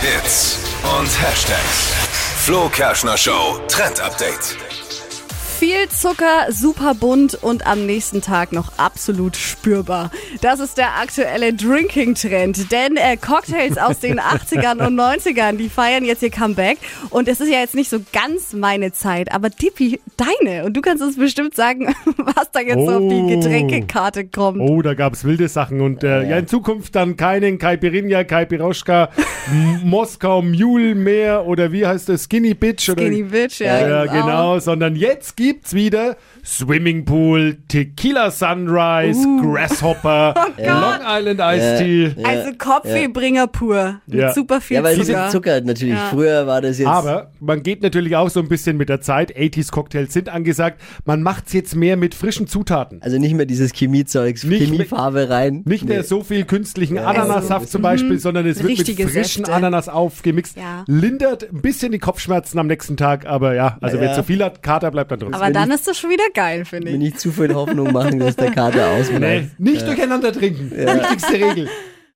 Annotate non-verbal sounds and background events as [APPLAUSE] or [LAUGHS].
Hits und Hashtags. Flo Kerschner Show Trend Update. Viel Zucker, super bunt und am nächsten Tag noch absolut spürbar. Das ist der aktuelle Drinking-Trend. Denn äh, Cocktails aus [LAUGHS] den 80ern und 90ern, die feiern jetzt ihr Comeback. Und es ist ja jetzt nicht so ganz meine Zeit, aber Dippi, deine. Und du kannst uns bestimmt sagen, [LAUGHS] was da jetzt so auf die Oh. Getränkekarte kommt. Oh, da gab es wilde Sachen. Und äh, ja, in Zukunft dann keinen Kaipirinha, Kaipiroschka, M- Moskau Mule mehr oder wie heißt das? Skinny Bitch? Oder, Skinny Bitch, ja, Ja, genau. genau. Sondern jetzt gibt's wieder Swimmingpool, Tequila Sunrise, Uh. [LAUGHS] Grasshopper, Oh Long Island Iced Tea. Also Kopfwehbringer pur. Mit genau. Ja. super viel Ja, weil es Zucker. ist Zucker natürlich. Ja. Früher war das jetzt. Aber man geht natürlich auch so ein bisschen mit der Zeit. 80s Cocktails sind angesagt. Man macht's jetzt mehr mit frischen Zutaten. also nicht mehr dieses Chemiezeugs, Nicht mehr- Chemiefarbe rein. Nicht mehr Nee. so viel künstlichen Ja. Ananassaft zum Beispiel, sondern es wird Richtige mit frischen Säfte. Ananas aufgemixt. Ja. Lindert ein bisschen die Kopfschmerzen am nächsten Tag, aber ja, also Naja. wer zu viel hat, Kater bleibt dann drin. Aber dann ist das schon wieder geil, finde Mir ich. [LAUGHS] nicht zu viel Hoffnung machen, dass der Kater ausbleibt. Nee, nicht durcheinander trinken. Wichtigste Regel.